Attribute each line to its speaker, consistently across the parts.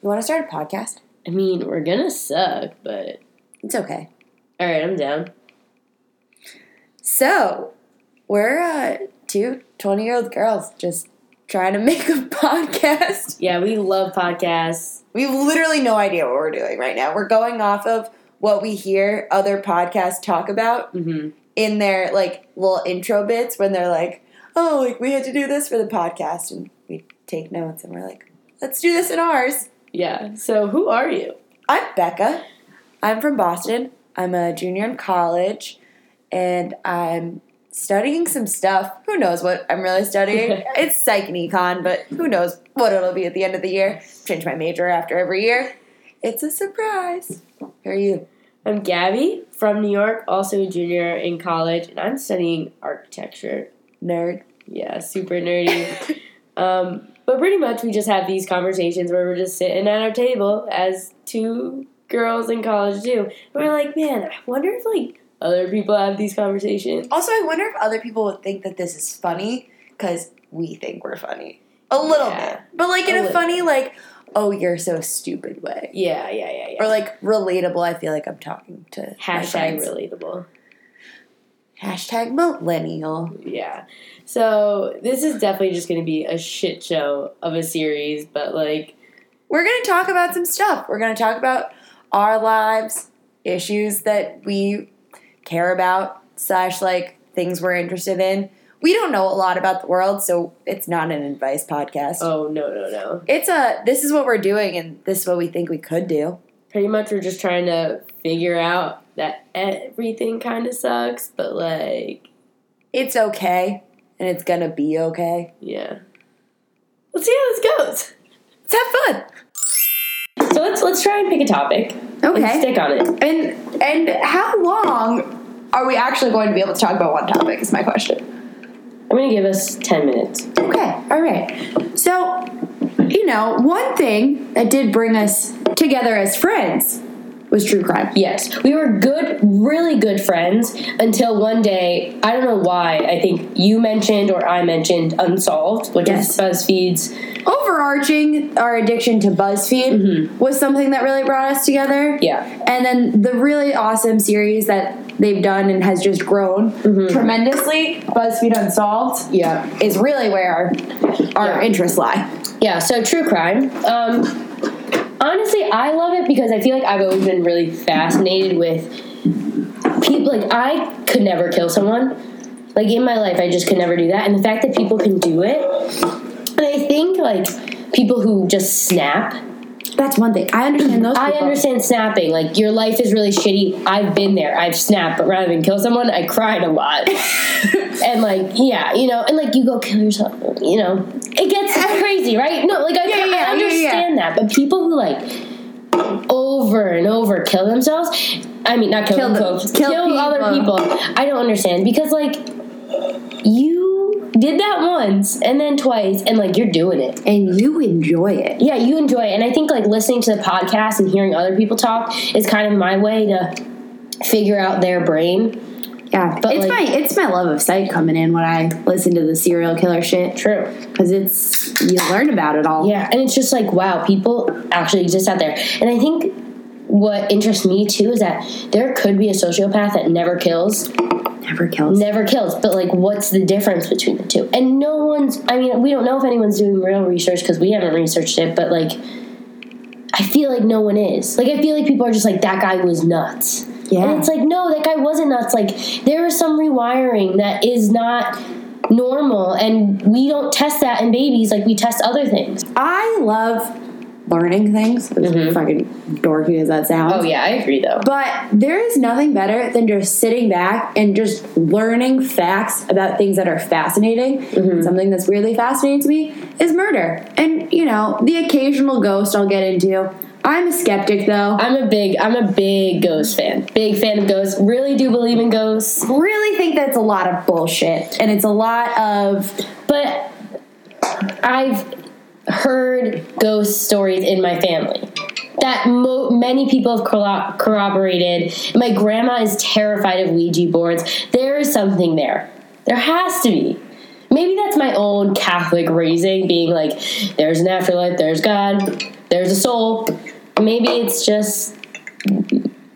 Speaker 1: You want to start a podcast?
Speaker 2: I mean, we're gonna suck, but
Speaker 1: It's okay.
Speaker 2: all right, I'm down.
Speaker 1: So, we're uh, two 20 year old girls just trying to make a podcast.
Speaker 2: Yeah, we love podcasts.
Speaker 1: We have literally no idea what we're doing right now. We're going off of what we hear other podcasts talk about
Speaker 2: hmm
Speaker 1: in their like little intro bits when they're like, oh, like we had to do this for the podcast. And we take notes and we're like, let's do this in ours.
Speaker 2: Yeah. So, who are you?
Speaker 1: I'm Becca. I'm from Boston. I'm a junior in college and I'm studying some stuff. Who knows what I'm really studying? it's psych and econ, but who knows what it'll be at the end of the year. Change my major after every year. It's a surprise. Who are you?
Speaker 2: I'm Gabby from New York, also a junior in college, and I'm studying architecture.
Speaker 1: Nerd.
Speaker 2: Yeah, super nerdy. um, but pretty much, we just have these conversations where we're just sitting at our table as two girls in college do. And we're like, man, I wonder if like other people have these conversations.
Speaker 1: Also, I wonder if other people would think that this is funny because we think we're funny. A little
Speaker 2: Yeah.
Speaker 1: bit. But like in
Speaker 2: A
Speaker 1: a,
Speaker 2: little
Speaker 1: funny, like, oh, you're so stupid way.
Speaker 2: Yeah, yeah, yeah, yeah.
Speaker 1: Or like relatable. I feel like I'm talking to my
Speaker 2: Hashtag
Speaker 1: friends.
Speaker 2: relatable.
Speaker 1: Hashtag millennial.
Speaker 2: Yeah. So this is definitely just going to be a shit show of a series, but like,
Speaker 1: We're going to talk about some stuff. We're going to talk about our lives, issues that we care about, slash, like things we're interested in. We don't know a lot about the world, so it's not an advice podcast.
Speaker 2: oh no, no, no.
Speaker 1: It's a this is what we're doing, and this is what we think we could do.
Speaker 2: Pretty much we're just trying to figure out that everything kind of sucks, but like,
Speaker 1: It's okay, and it's gonna be okay.
Speaker 2: yeah. Let's see how this
Speaker 1: Let's have
Speaker 2: goes. So let's let's try and pick a topic
Speaker 1: fun.
Speaker 2: and stick on it.
Speaker 1: And and how long are we actually going to be able to talk about one topic? Is my question.
Speaker 2: I'm going to give us 10 minutes.
Speaker 1: Okay, all right. So, you know, one thing that did bring us together as friends was true crime.
Speaker 2: Yes, we were good, really good friends until one day, I don't know why, I think you mentioned or I mentioned Unsolved, which
Speaker 1: Yes.
Speaker 2: is BuzzFeed's
Speaker 1: Overarching our addiction to BuzzFeed was something that really brought us together.
Speaker 2: Yeah.
Speaker 1: And then the really awesome series that they've done and has just grown tremendously, BuzzFeed Unsolved,
Speaker 2: Yeah.
Speaker 1: is really where our, our
Speaker 2: Yeah.
Speaker 1: interests lie.
Speaker 2: Yeah, so true crime. Um, honestly, I love it because I feel like I've always been really fascinated with people. Like, I could never kill someone. Like, in my life, I just could never do that. And the fact that people can do it, and I think, like, people who just snap.
Speaker 1: That's one thing. I understand those
Speaker 2: I
Speaker 1: people.
Speaker 2: understand snapping. Like, your life is really shitty. I've been there. I've snapped, but rather than kill someone, I cried a lot. and, like, yeah, you know, and, like, you go kill yourself, you know. It gets crazy, right? No, like, I,
Speaker 1: Yeah, yeah,
Speaker 2: I
Speaker 1: yeah, yeah.
Speaker 2: understand that, but people who, like, over and over kill themselves, I mean, not kill,
Speaker 1: Kill them-
Speaker 2: themselves,
Speaker 1: kill
Speaker 2: other people,
Speaker 1: people.
Speaker 2: I don't understand because, like, you did that once and then twice, and, like, you're doing it
Speaker 1: And you enjoy it.
Speaker 2: yeah, you enjoy it. And I think like listening to the podcast and hearing other people talk is kind of my way to figure out their brain.
Speaker 1: Yeah,
Speaker 2: But,
Speaker 1: it's
Speaker 2: like-
Speaker 1: my it's my love of sight coming in when I listen to the serial killer shit
Speaker 2: True.
Speaker 1: because it's you learn about it all.
Speaker 2: Yeah. And it's just like, wow, people actually exist out there. And I think what interests me too is that there could be a sociopath that never kills,
Speaker 1: never kills.
Speaker 2: never kills, but like what's the difference between the two? And no one's I mean, we don't know if anyone's doing real research cuz we haven't researched it, but like I feel like no one is. Like I feel like people are just like that guy was nuts.
Speaker 1: Yeah,
Speaker 2: And it's like, no, that guy wasn't nuts. Like, there is some rewiring that is not normal, and we don't test that in babies like we test other things.
Speaker 1: I love learning things. As Fucking dorky as that sounds.
Speaker 2: Oh, yeah, I agree, though.
Speaker 1: But there is nothing better than just sitting back and just learning facts about things that are fascinating. Something that's weirdly fascinating to me is murder. And, you know, the occasional ghost I'll get into. I'm a skeptic though.
Speaker 2: I'm a big, I'm a big ghost fan. Big fan of ghosts. Really do believe in ghosts.
Speaker 1: really think that's a lot of bullshit and it's a lot of
Speaker 2: But I've heard ghost stories in my family that mo- many people have corro- corroborated. My grandma is terrified of Ouija boards. There is something there. There has to be. Maybe that's my own Catholic raising, being like, there's an afterlife, there's God. there's a soul. Maybe it's just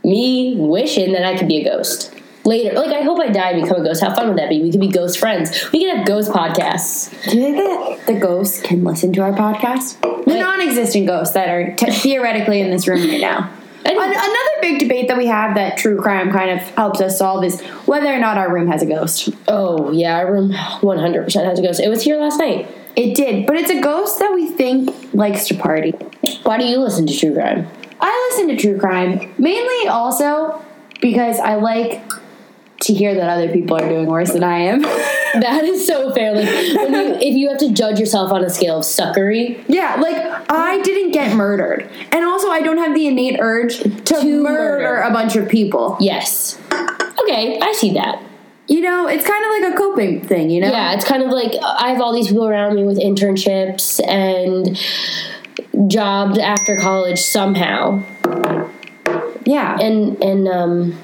Speaker 2: me wishing that I could be a ghost later. Like, I hope I die and become a ghost. How fun would that be? We could be ghost friends. We could have ghost podcasts.
Speaker 1: Do you think that the ghosts can listen to our podcast? The
Speaker 2: Wait.
Speaker 1: non-existent ghosts that are te- theoretically in this room right now.
Speaker 2: I
Speaker 1: An-
Speaker 2: think-
Speaker 1: another big debate that we have that true crime kind of helps us solve is whether or not our room has a ghost.
Speaker 2: oh, yeah, our room 100% has a ghost. It was here last night.
Speaker 1: It did, but it's a ghost that we think likes to party.
Speaker 2: Why do you listen to true crime?
Speaker 1: I listen to true crime mainly also because I like to hear that other people are doing worse than I am.
Speaker 2: That is so fair. Like, when you, if you have to judge yourself on a scale of suckery,
Speaker 1: Yeah, like I didn't get murdered. And also I don't have the innate urge to, murder,
Speaker 2: murder.
Speaker 1: a bunch of people.
Speaker 2: yes. Okay, I see that.
Speaker 1: You know, it's kind of like a coping thing, you know?
Speaker 2: Yeah, it's kind of like I have all these people around me with internships and jobs after college somehow,
Speaker 1: Yeah.
Speaker 2: and and um,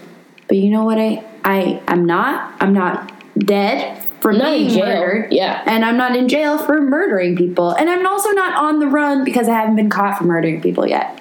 Speaker 1: but you know what I I I'm not I'm not dead for
Speaker 2: Not in
Speaker 1: being
Speaker 2: jail.
Speaker 1: murdered.
Speaker 2: Yeah.
Speaker 1: And I'm not in jail for murdering people. And I'm also not on the run because I haven't been caught for murdering people yet.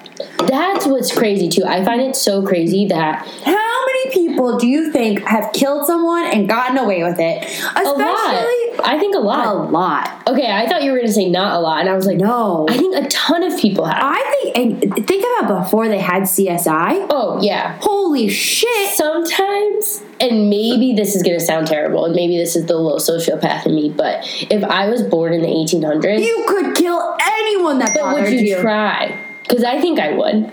Speaker 2: that's what's crazy too. I find it so crazy that
Speaker 1: How many people do you think have killed someone and gotten away with it?
Speaker 2: a
Speaker 1: Especially
Speaker 2: lot. I think
Speaker 1: a
Speaker 2: a lot.
Speaker 1: lot.
Speaker 2: Okay, I thought you were gonna say not a lot, and I was like,
Speaker 1: No.
Speaker 2: I think a ton of people have.
Speaker 1: I think and think about before they had CSI.
Speaker 2: oh yeah,
Speaker 1: Holy shit!
Speaker 2: sometimes and maybe this is going to sound terrible and maybe this is the little sociopath in me but if i was born in the 1800s
Speaker 1: You could kill anyone that
Speaker 2: but
Speaker 1: bothered
Speaker 2: would
Speaker 1: you.
Speaker 2: you try because i think i would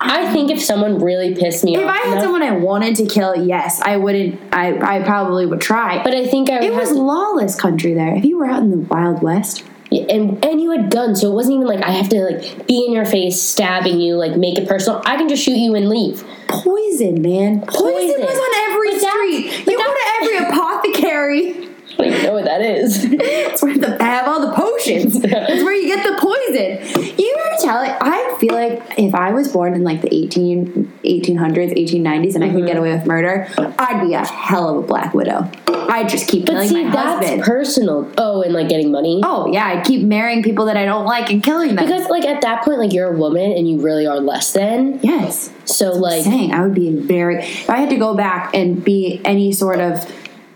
Speaker 2: i think if someone really pissed me
Speaker 1: if
Speaker 2: off
Speaker 1: I had
Speaker 2: enough-
Speaker 1: someone I wanted to kill, yes, I wouldn't. I I probably would try.
Speaker 2: but i think i would
Speaker 1: it
Speaker 2: have
Speaker 1: was
Speaker 2: to-
Speaker 1: lawless country there. If you were out in the wild west,
Speaker 2: and, and you had guns so it wasn't even like i have to like be in your face stabbing you like make it personal i can just shoot you and leave
Speaker 1: poison, man, poison,
Speaker 2: Poison.
Speaker 1: was on every
Speaker 2: But that-
Speaker 1: street.
Speaker 2: but
Speaker 1: You go to
Speaker 2: that-
Speaker 1: every apothecary.
Speaker 2: i don't even know what that is
Speaker 1: It's where the, they have all the potions. it's where you get the poison. You were telling. I feel like if I was born in like the 18, 1800s, 1890s, and I
Speaker 2: Mm-hmm.
Speaker 1: could get away with murder, I'd be a hell of a black widow. I'd just keep
Speaker 2: but
Speaker 1: killing
Speaker 2: see
Speaker 1: my
Speaker 2: that's
Speaker 1: husband.
Speaker 2: personal oh and like getting money
Speaker 1: oh yeah, I'd keep marrying people that I don't like and killing them.
Speaker 2: because like at that point like you're a woman and you really are less than
Speaker 1: yes,
Speaker 2: So like
Speaker 1: saying I would be very. If I had to go back and be any sort of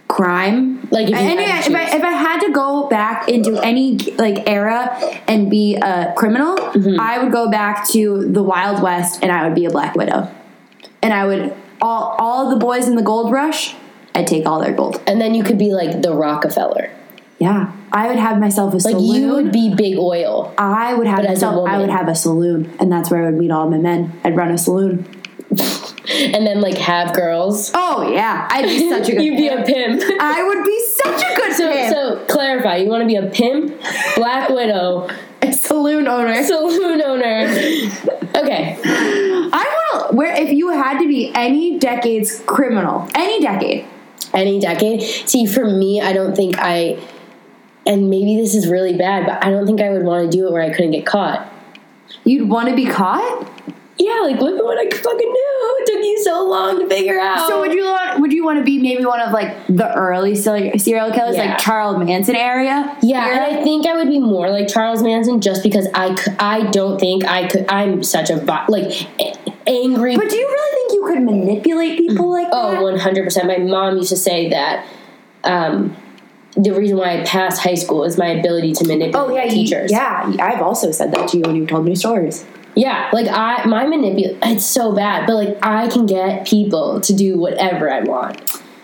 Speaker 1: crime
Speaker 2: Like, if you
Speaker 1: any,
Speaker 2: had to
Speaker 1: if, I,
Speaker 2: choose.
Speaker 1: if I had to go back into any like era and be a criminal
Speaker 2: Mm-hmm.
Speaker 1: i would go back to the wild west and i would be a black widow and i would all all the boys in the gold rush i'd take all their gold
Speaker 2: and then you could be like the Rockefeller.
Speaker 1: yeah i would have myself a
Speaker 2: Like
Speaker 1: saloon
Speaker 2: you would be big oil.
Speaker 1: i would have
Speaker 2: But as a
Speaker 1: myself, i
Speaker 2: woman.
Speaker 1: would have a saloon and that's where i would meet all my men i'd run a saloon
Speaker 2: And then like have girls.
Speaker 1: oh yeah i'd be such a good
Speaker 2: You'd be a pimp.
Speaker 1: i would be such a good
Speaker 2: So,
Speaker 1: pimp.
Speaker 2: so clarify, you want to be a pimp, black widow,
Speaker 1: a saloon owner
Speaker 2: saloon owner. Okay.
Speaker 1: I want to. Where if you had to be any decade's criminal, any decade,
Speaker 2: Any decade. See, for me, I don't think I and maybe this is really bad, but I don't think I would want to do it where I couldn't get caught.
Speaker 1: you'd want to be caught.
Speaker 2: Yeah, like look at what I fucking knew. It took you so long to figure out.
Speaker 1: So would you want? Would you want to be maybe one of like the early serial serial killers,
Speaker 2: Yeah.
Speaker 1: like Charles Manson area?
Speaker 2: Yeah,
Speaker 1: Era?
Speaker 2: and I think I would be more like Charles Manson just because I c- I don't think I could. I'm such a vi- like a- angry.
Speaker 1: but do you really think you could manipulate people like
Speaker 2: oh,
Speaker 1: that?
Speaker 2: 100 percent. My mom used to say that. Um, the reason why I passed high school is my ability to manipulate
Speaker 1: Oh yeah,
Speaker 2: my
Speaker 1: you-
Speaker 2: teachers.
Speaker 1: yeah. I've also said that to you when you told me stories.
Speaker 2: yeah. Like I, my manipulate. It's so bad, but like I can get people to do whatever I want.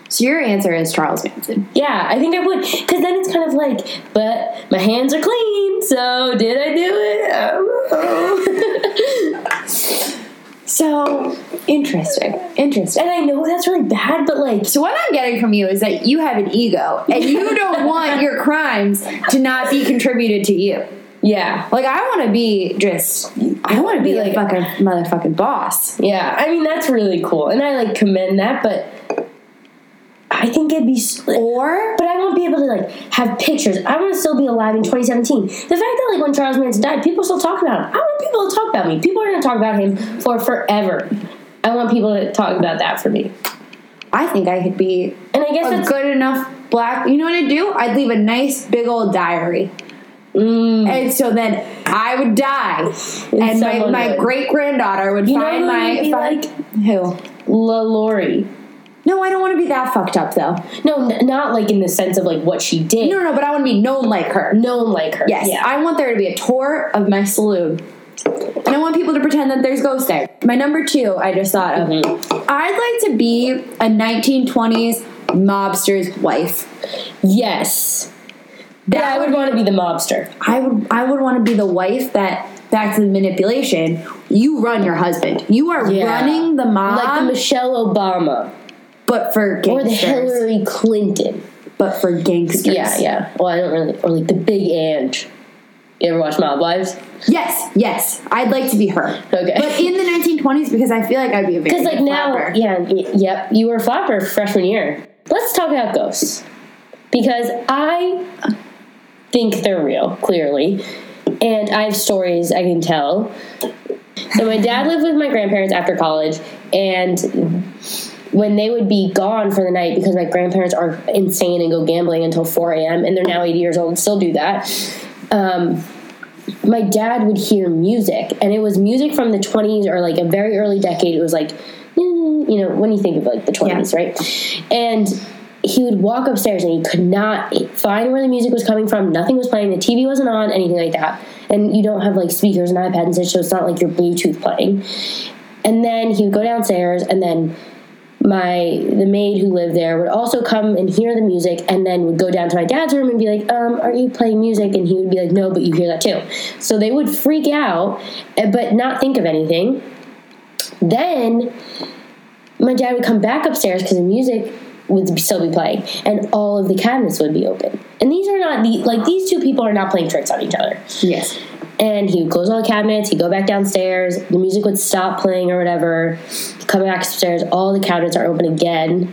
Speaker 1: So your answer is Charles Manson.
Speaker 2: Yeah, I think I would, because then it's kind of like, but my hands are clean, so did I do it? I don't know.
Speaker 1: So interesting, interesting.
Speaker 2: And I know that's really bad, but like,
Speaker 1: So what I'm getting from you is that you have an ego and you don't want your crimes to not be contributed to you.
Speaker 2: yeah,
Speaker 1: Like I want to be just. I want to be,
Speaker 2: be
Speaker 1: like
Speaker 2: like-
Speaker 1: fucking motherfucking boss.
Speaker 2: yeah. I mean, that's really cool, and I like commend that, but I think it'd be. s- But
Speaker 1: Or
Speaker 2: I won't be able to like have pictures. I want to still be alive in 2017. The fact that like when Charles Manson died, people still talk about him. I want people to talk about me. People are gonna talk about him for forever. I want people to talk about that for me.
Speaker 1: I think I could be
Speaker 2: And I guess
Speaker 1: a
Speaker 2: that's
Speaker 1: good enough black. You know what I'd do? I'd leave a nice big old diary.
Speaker 2: Mm.
Speaker 1: And so then I would die, and, my,
Speaker 2: someone
Speaker 1: my
Speaker 2: would.
Speaker 1: great granddaughter would
Speaker 2: You know
Speaker 1: find
Speaker 2: who
Speaker 1: my
Speaker 2: you'd be
Speaker 1: find- who.
Speaker 2: La Lori.
Speaker 1: No, I don't want to be that fucked up though.
Speaker 2: No, n- not like in the sense of like what she did.
Speaker 1: No, no, no, but I want to be known like her.
Speaker 2: known like her.
Speaker 1: Yes,
Speaker 2: Yeah.
Speaker 1: I want there to be a tour of my saloon. And I want people to pretend that there's ghosts there. My number two, I just thought of.
Speaker 2: Mm-hmm.
Speaker 1: I'd like to be a 1920s mobster's wife.
Speaker 2: yes.
Speaker 1: That
Speaker 2: I would want to be the mobster.
Speaker 1: I would I would want to be the wife that back to the manipulation. You run your husband. You are
Speaker 2: Yeah.
Speaker 1: running the mob,
Speaker 2: like the Michelle Obama
Speaker 1: but for
Speaker 2: or the
Speaker 1: gangsters.
Speaker 2: Hillary Clinton.
Speaker 1: But for gangsters.
Speaker 2: Yeah, yeah. Well, I don't really. Or like the Big Ange. You ever watch Mob Wives?
Speaker 1: Yes, yes. I'd like to be her.
Speaker 2: Okay.
Speaker 1: But in the 1920s, because I feel like I'd be a very
Speaker 2: Because like
Speaker 1: good
Speaker 2: now,
Speaker 1: flapper.
Speaker 2: yeah, y- yep. You were a flapper freshman year. Let's talk about ghosts because I think they're real, clearly, and I have stories I can tell. So my dad lived with my grandparents after college, and when they would be gone for the night because my grandparents are insane and go gambling until 4 a.m. and they're now 80 years old and still do that. Um, my dad would hear music, and it was music from the 20s or like a very early decade. It was like, mm, you know, when you think of like the 20s, right? And he would walk upstairs and he could not find where the music was coming from. Nothing was playing. The TV wasn't on, anything like that. And you don't have like speakers and iPads and such, so it's not like your Bluetooth playing. And then he would go downstairs, and then my the maid who lived there would also come and hear the music and then would go down to my dad's room and be like um are you playing music and he would be like no but you hear that too so they would freak out eh, but not think of anything then my dad would come back upstairs because the music would still be playing and all of the cabinets would be open and these are not the like these two people are not playing tricks on each other
Speaker 1: Yes.
Speaker 2: and he would close all the cabinets. He'd go back downstairs. The music would stop playing or whatever. Come back upstairs. All the cabinets are open again.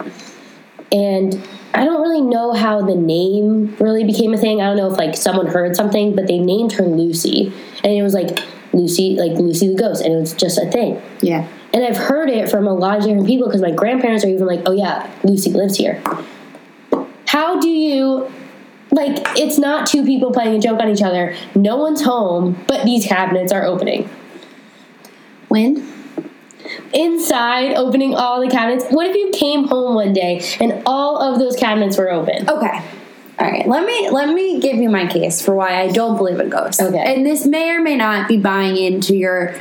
Speaker 2: And I don't really know how the name really became a thing. I don't know if like someone heard something, but they named her Lucy, and it was like Lucy, like Lucy the ghost, and it was just a thing.
Speaker 1: Yeah.
Speaker 2: And I've heard it from a lot of different people because my grandparents are even like, oh yeah, Lucy lives here. How do you, like, it's not two people playing a joke on each other, no one's home, but these cabinets are opening.
Speaker 1: When?
Speaker 2: Inside, opening all the cabinets. What if you came home one day and all of those cabinets were open?
Speaker 1: Okay. All right. Let me let me give you my case for why I don't believe in ghosts.
Speaker 2: Okay.
Speaker 1: And this may or may not be buying into your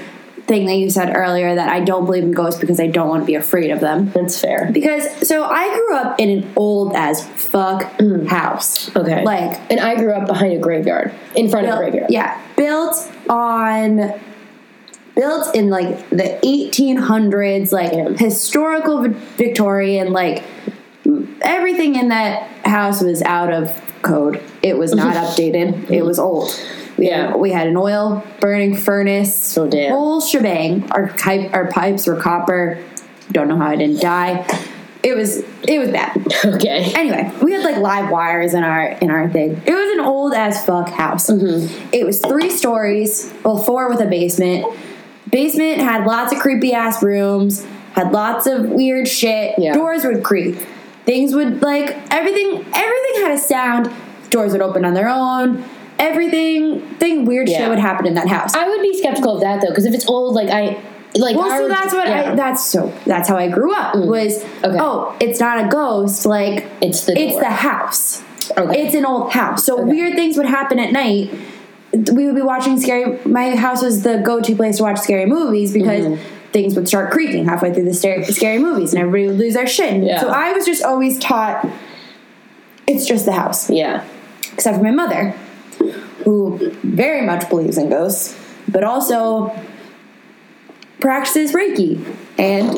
Speaker 1: thing that you said earlier that I don't believe in ghosts because I don't want to be afraid of them.
Speaker 2: That's fair.
Speaker 1: Because so I grew up in an old as fuck house.
Speaker 2: Mm. Okay.
Speaker 1: Like
Speaker 2: And I grew up behind a graveyard, in front of a
Speaker 1: built-
Speaker 2: graveyard.
Speaker 1: yeah, built on built in like the 1800s, like
Speaker 2: Yeah.
Speaker 1: historical Vi- Victorian, like everything in that house was out of code. It was not updated. It was old. We
Speaker 2: Yeah.
Speaker 1: had, we had an oil burning furnace.
Speaker 2: Oh, damn.
Speaker 1: Whole shebang. Our pipe, our pipes were copper. Don't know how I didn't die. It was it was bad
Speaker 2: Okay.
Speaker 1: anyway, we had like live wires in our in our thing. It was an old as fuck house.
Speaker 2: Mm-hmm.
Speaker 1: It was three stories, well, four with a basement. Basement had lots of creepy ass rooms, had lots of weird shit.
Speaker 2: Yeah.
Speaker 1: Doors would creak. Things would like everything. Everything had a sound. Doors would open on their own. Everything, thing weird shit
Speaker 2: Yeah.
Speaker 1: would happen in that house.
Speaker 2: I would be skeptical of that though, because if it's old, like I, like
Speaker 1: Well,
Speaker 2: our-
Speaker 1: so that's what
Speaker 2: yeah. Mm.
Speaker 1: I. That's so. That's how I grew up. Was
Speaker 2: Okay.
Speaker 1: oh, it's not a ghost. Like
Speaker 2: It's the
Speaker 1: it's
Speaker 2: door.
Speaker 1: the house.
Speaker 2: Okay.
Speaker 1: It's an old house, so weird things would happen at night. We would be watching scary. My house was the go-to place to watch scary movies because
Speaker 2: Mm-hmm.
Speaker 1: things would start creaking halfway through the scary, scary movies, and everybody would lose their shit. And
Speaker 2: Yeah.
Speaker 1: So I was just always taught it's just the house,
Speaker 2: yeah.
Speaker 1: except for my mother, who very much believes in ghosts, but also practices Reiki and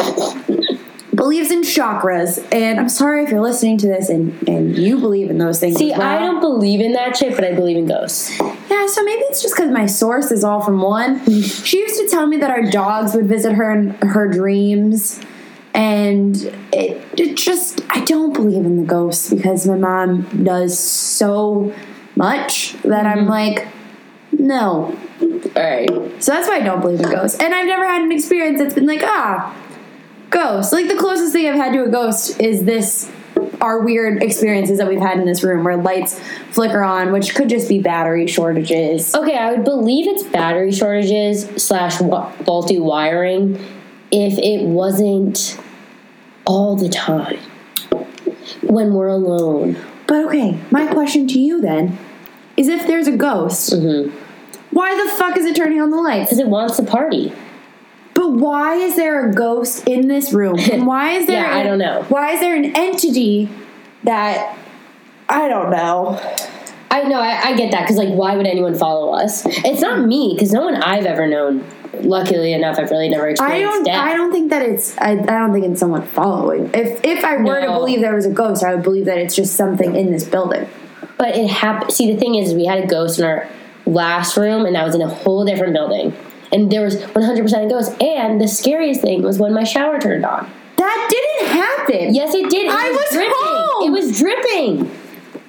Speaker 1: believes in chakras. And I'm sorry if you're listening to this and, and you believe in those things.
Speaker 2: See,
Speaker 1: as well.
Speaker 2: I don't believe in that shit, but I believe in ghosts.
Speaker 1: Yeah, so maybe it's just because my source is all from one. she used to tell me that our dogs would visit her in her dreams. And it, it just, I don't believe in the ghosts because my mom does so much that I'm like, no.
Speaker 2: All right.
Speaker 1: So that's why I don't believe in ghosts. And I've never had an experience that's been like, ah, ghosts. Like the closest thing I've had to a ghost is this our weird experiences that we've had in this room where lights flicker on, which could just be battery shortages.
Speaker 2: Okay, I would believe it's battery shortages slash wa- faulty wiring if it wasn't all the time when we're alone.
Speaker 1: But okay, my question to you then is if there's a ghost,
Speaker 2: Mm-hmm.
Speaker 1: why the fuck is it turning on the lights?
Speaker 2: Because it wants to party.
Speaker 1: But why is there a ghost in this room? And why is there
Speaker 2: Yeah, I don't know.
Speaker 1: Why is there an entity that I don't know.
Speaker 2: I know, I, I get that because, like, why would anyone follow us? It's not me because no one I've ever known. Luckily enough, I've really never
Speaker 1: I
Speaker 2: experienced
Speaker 1: don't.
Speaker 2: death.
Speaker 1: I don't think that it's. I, I don't think it's someone following. If if I were to
Speaker 2: No.
Speaker 1: believe there was a ghost, I would believe that it's just something in this building.
Speaker 2: But it happened. See, the thing is, we had a ghost in our last room, and that was in a whole different building. And there was 100% a ghost. And the scariest thing was when my shower turned on.
Speaker 1: That didn't happen.
Speaker 2: Yes, it did. It
Speaker 1: I was
Speaker 2: dripping.
Speaker 1: home.
Speaker 2: It was dripping.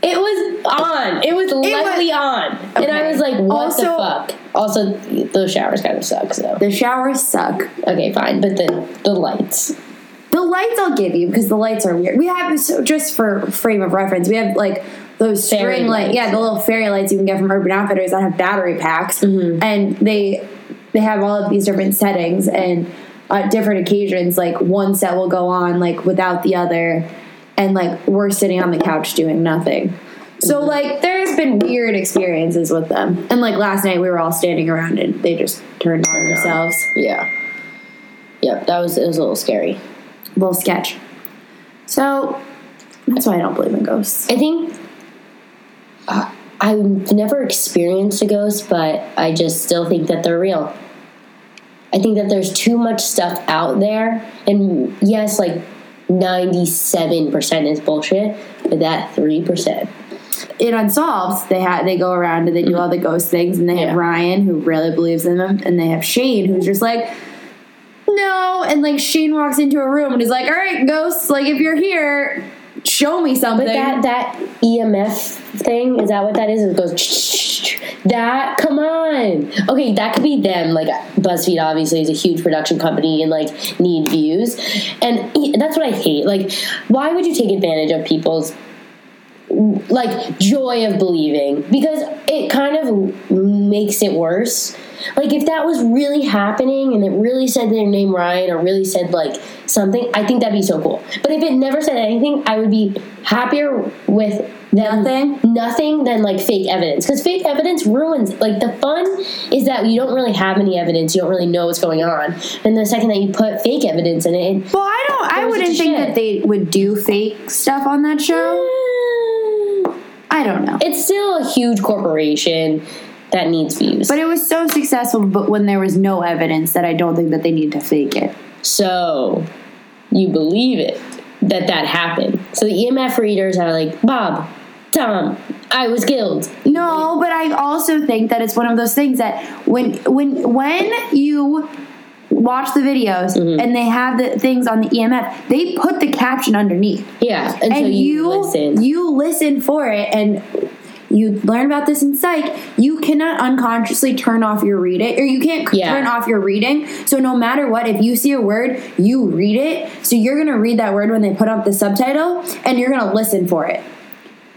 Speaker 2: It was on. It was lightly on. And I
Speaker 1: Okay.
Speaker 2: was like, what the
Speaker 1: Also-
Speaker 2: fuck? Also, those showers kind of suck, so.
Speaker 1: The showers suck.
Speaker 2: Okay, fine. But the, the lights.
Speaker 1: The lights I'll give you because the lights are weird. We have so just for frame of reference, we have like those string
Speaker 2: Fairy
Speaker 1: light,
Speaker 2: lights.
Speaker 1: yeah, the little fairy lights you can get from Urban Outfitters that have battery packs,
Speaker 2: Mm-hmm.
Speaker 1: and they they have all of these different settings and uh, different occasions. Like one set will go on like without the other, and like we're sitting on the couch doing nothing. So
Speaker 2: Mm-hmm.
Speaker 1: like there's been weird experiences with them, and like last night we were all standing around and they just turned on themselves.
Speaker 2: Yeah. Yep, that was, it was a little scary.
Speaker 1: little sketch. So that's why I don't believe in ghosts.
Speaker 2: I think uh, I've never experienced a ghost, but I just still think that they're real. I think that there's too much stuff out there, and yes, like 97% is bullshit, but that 3%.
Speaker 1: In Unsolved, they ha they go around and they do all the ghost things, and they have
Speaker 2: Yeah.
Speaker 1: Ryan who really believes in them, and they have Shane who's just like, no, and like Shane walks into a room and is like, all right, ghosts, like if you're here, show me something.
Speaker 2: But that, that EMF thing, is that what that is? It goes that come on. Okay, that could be them. Like BuzzFeed obviously is a huge production company and like need views. And e- that's what I hate. Like why would you take advantage of people's like joy of believing because it kind of makes it worse. Like if that was really happening and it really said their name Ryan or really said like something, I think that'd be so cool. But if it never said anything, I would be happier with them,
Speaker 1: Nothing?
Speaker 2: nothing than like fake evidence because fake evidence ruins. Like the fun is that you don't really have any evidence, you don't really know what's going on, and the second that you put fake evidence in it, it
Speaker 1: well, I don't. I
Speaker 2: Goes
Speaker 1: wouldn't
Speaker 2: into
Speaker 1: think
Speaker 2: shit.
Speaker 1: that they would do fake stuff on that show. I don't know.
Speaker 2: it's still a huge corporation that needs views.
Speaker 1: But it was so successful, but when there was no evidence, that I don't think that they need to fake it.
Speaker 2: So you believe it that that happened. So the EMF readers are like, Bob, Tom, I was killed.
Speaker 1: No, but I also think that it's one of those things that when when when you watch the videos
Speaker 2: Mm-hmm.
Speaker 1: and they have the things on the EMF, they put the caption underneath.
Speaker 2: Yeah, and, so
Speaker 1: and
Speaker 2: you,
Speaker 1: you
Speaker 2: listen.
Speaker 1: you listen for it and you learn about this in psych. You cannot unconsciously turn off your read it, or you can't c-
Speaker 2: Yeah.
Speaker 1: turn off your reading. So no matter what, if you see a word, you read it. So you're gonna read that word when they put up the subtitle, and you're gonna listen for it.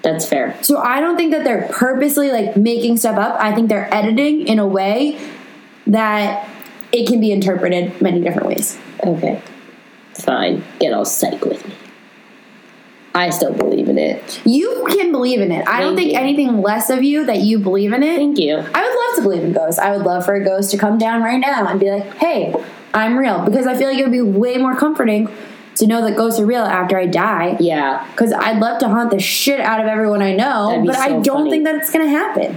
Speaker 2: That's fair.
Speaker 1: So I don't think that they're purposely like making stuff up. I think they're editing in a way that it can be interpreted many different ways.
Speaker 2: Okay, fine. Get all psych with me. I still believe in it.
Speaker 1: You can believe in it. I don't think
Speaker 2: Thank you.
Speaker 1: anything less of you that you believe in it.
Speaker 2: Thank you.
Speaker 1: I would love to believe in ghosts. I would love for a ghost to come down right now and be like, "Hey, I'm real," because I feel like it would be way more comforting to know that ghosts are real after I die.
Speaker 2: Yeah,
Speaker 1: Because I'd love to haunt the shit out of everyone I know,
Speaker 2: That'd be
Speaker 1: but I
Speaker 2: so
Speaker 1: don't
Speaker 2: funny.
Speaker 1: think that it's gonna happen.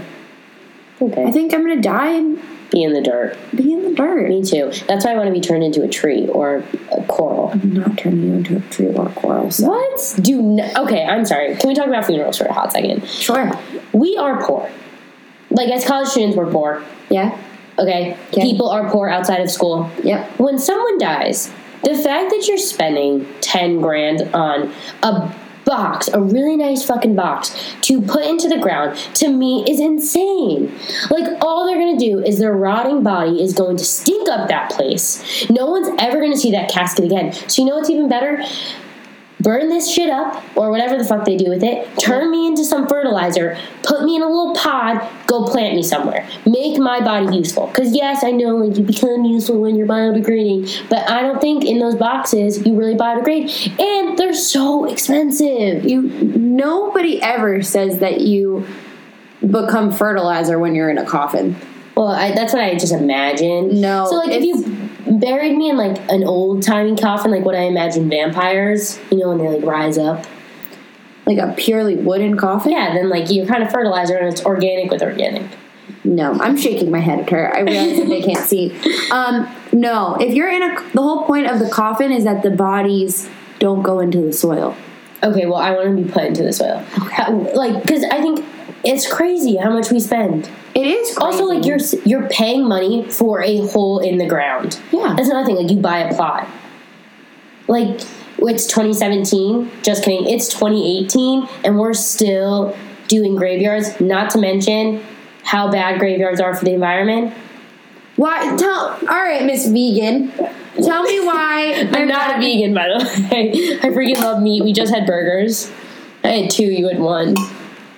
Speaker 2: okay.
Speaker 1: I think I'm gonna die and
Speaker 2: Be in the dirt.
Speaker 1: be in the dirt.
Speaker 2: Me too. That's why I want to be turned into a tree or a coral.
Speaker 1: I'm not turning you into a tree or a coral. So.
Speaker 2: What? Do n- okay. I'm sorry. Can we talk about funerals for a hot second?
Speaker 1: Sure.
Speaker 2: We are poor. Like as college students, we're poor.
Speaker 1: Yeah.
Speaker 2: Okay.
Speaker 1: Okay.
Speaker 2: People are poor outside of school.
Speaker 1: Yep.
Speaker 2: When someone dies, the fact that you're spending 10 grand on a box, a really nice fucking box, to put into the ground, to me is insane. Like, all they're gonna do is their rotting body is going to stink up that place. No one's ever gonna see that casket again. So, you know what's even better? burn this shit up or whatever the fuck they do with it, turn me into some fertilizer, put me in a little pod, go plant me somewhere. Make my body useful. Cause yes, I know like you become useful when you're biodegrading, but I don't think in those boxes you really biodegrade. And they're so expensive.
Speaker 1: You nobody ever says that you become fertilizer when you're in a coffin.
Speaker 2: Well, I, that's what I just imagine.
Speaker 1: No,
Speaker 2: So like if
Speaker 1: it's-
Speaker 2: you buried me in like an old timey coffin, like what I imagine vampires, you know, when they like rise up.
Speaker 1: Like a purely wooden coffin.
Speaker 2: Yeah, then like you're kind of fertilizer and it's organic with organic.
Speaker 1: No, I'm shaking my head at her. I realize that they can't see. Um, no, if you're in a, the whole point of the coffin is that the bodies don't go into the soil.
Speaker 2: Okay, well I want to be put into the soil. How- like because I think it's crazy how much we spend.
Speaker 1: It is crazy.
Speaker 2: Also, like you're s- you're paying money for a hole in the ground.
Speaker 1: Yeah.
Speaker 2: that's another thing. Like you buy a plot. Like it's 2017. Just kidding. It's 2018, and we're still doing graveyards. Not to mention how bad graveyards are for the environment.
Speaker 1: Why? Tell all right, Miss Vegan. Tell me why.
Speaker 2: I'm not a vegan, by the way. I freaking love meat. We just had burgers. I had two. You had one. I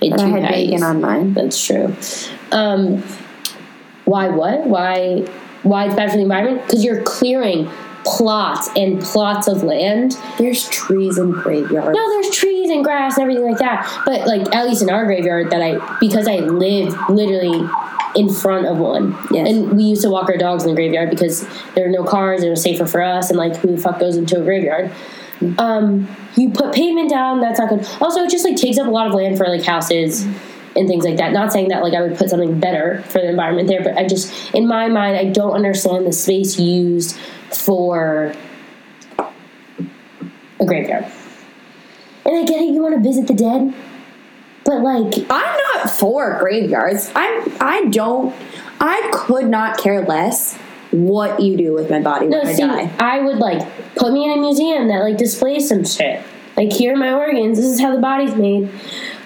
Speaker 2: had
Speaker 1: I
Speaker 2: two
Speaker 1: had
Speaker 2: patties.
Speaker 1: vegan on mine.
Speaker 2: That's true. Um, why what? Why why it's bad for the environment? Because you're clearing plots and plots of land.
Speaker 1: There's trees in graveyards.
Speaker 2: No, there's trees and grass and everything like that. But like at least in our graveyard that I because I live literally in front of one.
Speaker 1: Yes.
Speaker 2: And we used to walk our dogs in the graveyard because there are no cars and it was safer for us and like who the fuck goes into a graveyard. Um, you put pavement down, that's not good. Also it just like takes up a lot of land for like houses and things like that. Not saying that like I would put something better for the environment there, but I just in my mind I don't understand the space used for a graveyard. And I get it, you want to visit the dead, but like,
Speaker 1: I'm not for graveyards. I'm. I don't. I could not care less what you do with my body
Speaker 2: no,
Speaker 1: when
Speaker 2: see,
Speaker 1: I die.
Speaker 2: I would like put me in a museum that like displays some shit. Like, here are my organs. This is how the body's made.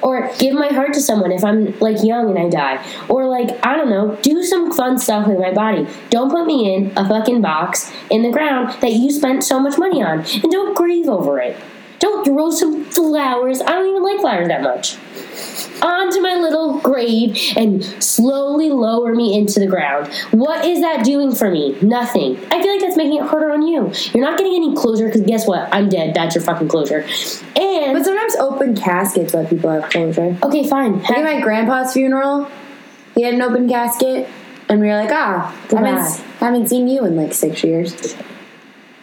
Speaker 2: Or give my heart to someone if I'm like young and I die. Or like, I don't know, do some fun stuff with my body. Don't put me in a fucking box in the ground that you spent so much money on, and don't grieve over it. Don't throw some flowers. I don't even like flowers that much. onto my little grave and slowly lower me into the ground. What is that doing for me? Nothing. I feel like that's making it harder on you. You're not getting any closure because guess what? I'm dead. That's your fucking closure.
Speaker 1: But
Speaker 2: And
Speaker 1: sometimes open caskets let people have closure.
Speaker 2: okay, fine.
Speaker 1: At
Speaker 2: Have-
Speaker 1: my grandpa's funeral, he had an open casket, and we were like, ah, haven't, s- haven't seen you in like six years.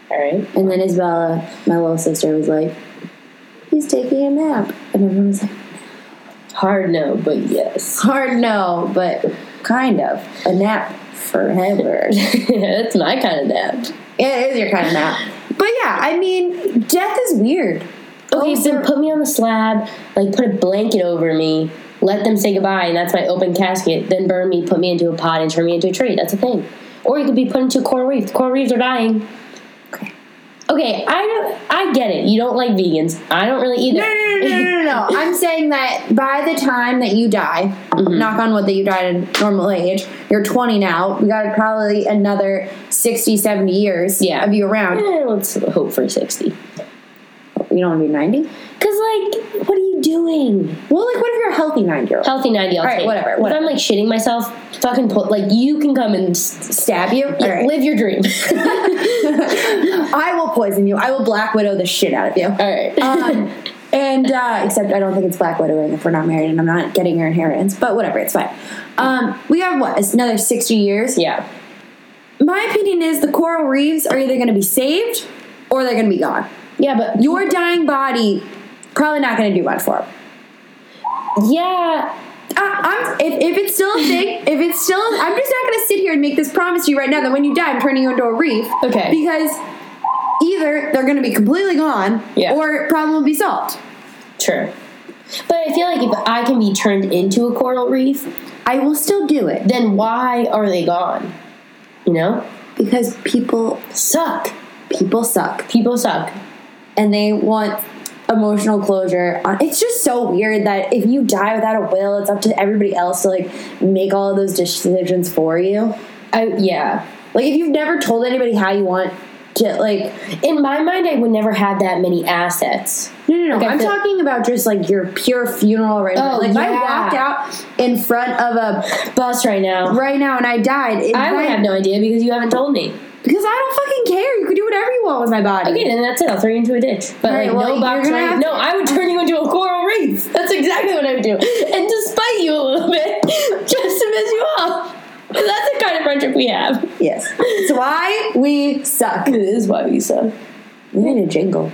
Speaker 2: All right.
Speaker 1: And then Isabella, my little sister, was like, he's taking a nap. And everyone was like,
Speaker 2: Hard no, but yes.
Speaker 1: hard no, but kind of. A nap forever.
Speaker 2: that's my kind of dad.
Speaker 1: yeah, it is your kind of nap. But yeah, I mean, death is weird.
Speaker 2: Okay, so
Speaker 1: Over-
Speaker 2: put me on the slab, like put a blanket over me, let them say goodbye, and that's my open casket. Then burn me, put me into a pot, and turn me into a tree. That's a thing. Or you could be put into a coral reef. Coral reefs are dying.
Speaker 1: Okay.
Speaker 2: Okay, I don't, I get it. You don't like vegans. I don't really either.
Speaker 1: No, no, no, no, no, no, no. I'm saying that by the time that you die, knock on wood that you died at normal age, you're 20 now. We got probably another 60, 70 years
Speaker 2: Yeah.
Speaker 1: of you around.
Speaker 2: Eh, let's hope for sixty.
Speaker 1: You don't want to be 90?
Speaker 2: Cause like, what are you doing?
Speaker 1: Well, like, what if you're a healthy 90 year old?
Speaker 2: Healthy ninety. I'll
Speaker 1: All right,
Speaker 2: take.
Speaker 1: whatever,
Speaker 2: If
Speaker 1: whatever.
Speaker 2: I'm like shitting myself, fucking pull, like you can come and s-
Speaker 1: Stab you? All right.
Speaker 2: live your dream.
Speaker 1: I will poison you. I will Black Widow the shit out of you.
Speaker 2: All right.
Speaker 1: Um, and uh, except I don't think it's black widowing if we're not married and I'm not getting your inheritance, but whatever, it's fine. Um, we have what another sixty years.
Speaker 2: yeah.
Speaker 1: My opinion is the coral reefs are either going to be saved or they're going to be gone.
Speaker 2: Yeah, but
Speaker 1: Your dying body probably not going to do much for them.
Speaker 2: yeah.
Speaker 1: I'm, if, if it's still a thing, if it's still, I'm just not going to sit here and make this promise to you right now that when you die, I'm turning you into a reef.
Speaker 2: Okay.
Speaker 1: Because either they're going to be completely gone,
Speaker 2: Yeah.
Speaker 1: or problem will be solved.
Speaker 2: Sure. But I feel like if I can be turned into a coral reef,
Speaker 1: I will still do it
Speaker 2: then why are they gone? You know?
Speaker 1: because people
Speaker 2: Suck.
Speaker 1: people suck
Speaker 2: People suck.
Speaker 1: and they want emotional closure on it's just so weird that if you die without a will it's up to everybody else to like make all of those decisions for you
Speaker 2: I yeah.
Speaker 1: like if you've never told anybody how you want Just, like
Speaker 2: In my mind, I would never have that many assets.
Speaker 1: no, no, no.
Speaker 2: Like, I
Speaker 1: I'm
Speaker 2: feel-
Speaker 1: talking about just like your pure funeral arrangement.
Speaker 2: Oh,
Speaker 1: like if
Speaker 2: yeah.
Speaker 1: I walked out in front of a
Speaker 2: Bus right now.
Speaker 1: right now and I died. It
Speaker 2: I would
Speaker 1: might-
Speaker 2: have no idea because you haven't told me.
Speaker 1: because I don't fucking care. You could do whatever you want with my body.
Speaker 2: Okay, then that's it. I'll throw you into a ditch. But
Speaker 1: All right,
Speaker 2: like
Speaker 1: well,
Speaker 2: no
Speaker 1: you're
Speaker 2: box
Speaker 1: gonna
Speaker 2: right.
Speaker 1: have
Speaker 2: no, I would turn you into a coral reef. That's exactly what I would do. And to spite you a little bit, just to piss you off. That's the kind of friendship we have.
Speaker 1: Yes. It's why we suck.
Speaker 2: It is why we suck.
Speaker 1: We need a jingle.